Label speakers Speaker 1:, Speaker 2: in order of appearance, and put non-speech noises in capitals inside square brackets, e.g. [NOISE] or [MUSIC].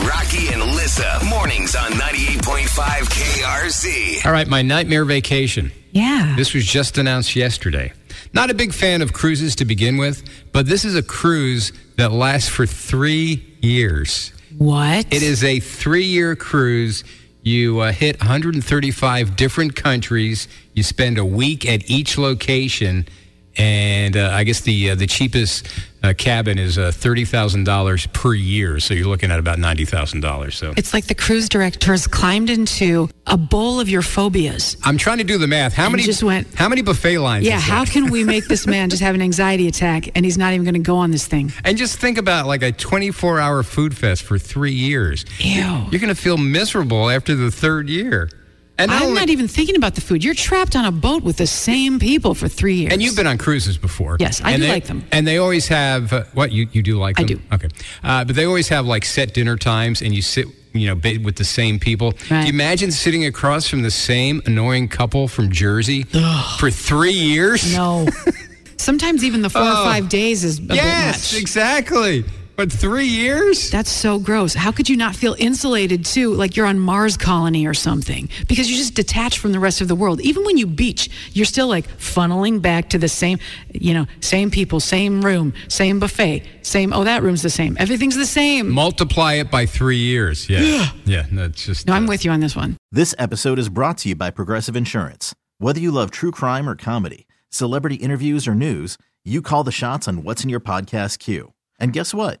Speaker 1: Rocky and Lissa. Mornings on 98.5 KRZ.
Speaker 2: All right, my nightmare vacation.
Speaker 3: Yeah.
Speaker 2: This was just announced yesterday. Not a big fan of cruises to begin with, but this is a cruise that lasts for three years.
Speaker 3: what?
Speaker 2: It is a three year cruise. You uh, hit 135 different countries. You spend a week at each location, and uh, I guess the uh, the cheapest uh, cabin is uh, thirty thousand dollars per year. So you're looking at about ninety thousand dollars. So
Speaker 3: It's like the cruise director has climbed into a bowl of your phobias.
Speaker 2: I'm trying to do the math. How many
Speaker 3: just went-
Speaker 2: How many buffet lines?
Speaker 3: Yeah,
Speaker 2: is
Speaker 3: how
Speaker 2: that?
Speaker 3: can we make this man just have an anxiety attack and he's not even going to go on this thing?
Speaker 2: And just think about like a 24 hour food fest for three years.
Speaker 3: Ew.
Speaker 2: You're going to feel miserable after the third year. And
Speaker 3: I'm
Speaker 2: only-
Speaker 3: not even thinking about the food. You're trapped on a boat with the same people for three years.
Speaker 2: And you've been on cruises before.
Speaker 3: Yes, I
Speaker 2: and
Speaker 3: do
Speaker 2: they,
Speaker 3: like them.
Speaker 2: And they always have uh, what you you do like
Speaker 3: I
Speaker 2: them?
Speaker 3: do.
Speaker 2: Okay, uh, but they always have like set dinner times, and you sit you know ba- with the same people.
Speaker 3: Right.
Speaker 2: Do you imagine sitting across from the same annoying couple from Jersey for three years? [LAUGHS]
Speaker 3: No. Sometimes even the four
Speaker 2: Oh.
Speaker 3: or five days is a
Speaker 2: Yes,
Speaker 3: bit much.
Speaker 2: exactly. But three years?
Speaker 3: That's so gross. How could you not feel insulated too, like you're on Mars colony or something? Because you're just detached from the rest of the world. Even when you beach, you're still like funneling back to the same, you know, same people, same room, same buffet, same. Oh, that room's the same. Everything's the same.
Speaker 2: Multiply it by three years. Yeah. Yeah. that's just.
Speaker 3: No, I'm with you on this one.
Speaker 4: This episode is brought to you by Progressive Insurance. Whether you love true crime or comedy, celebrity interviews or news, you call the shots on what's in your podcast queue. And guess what?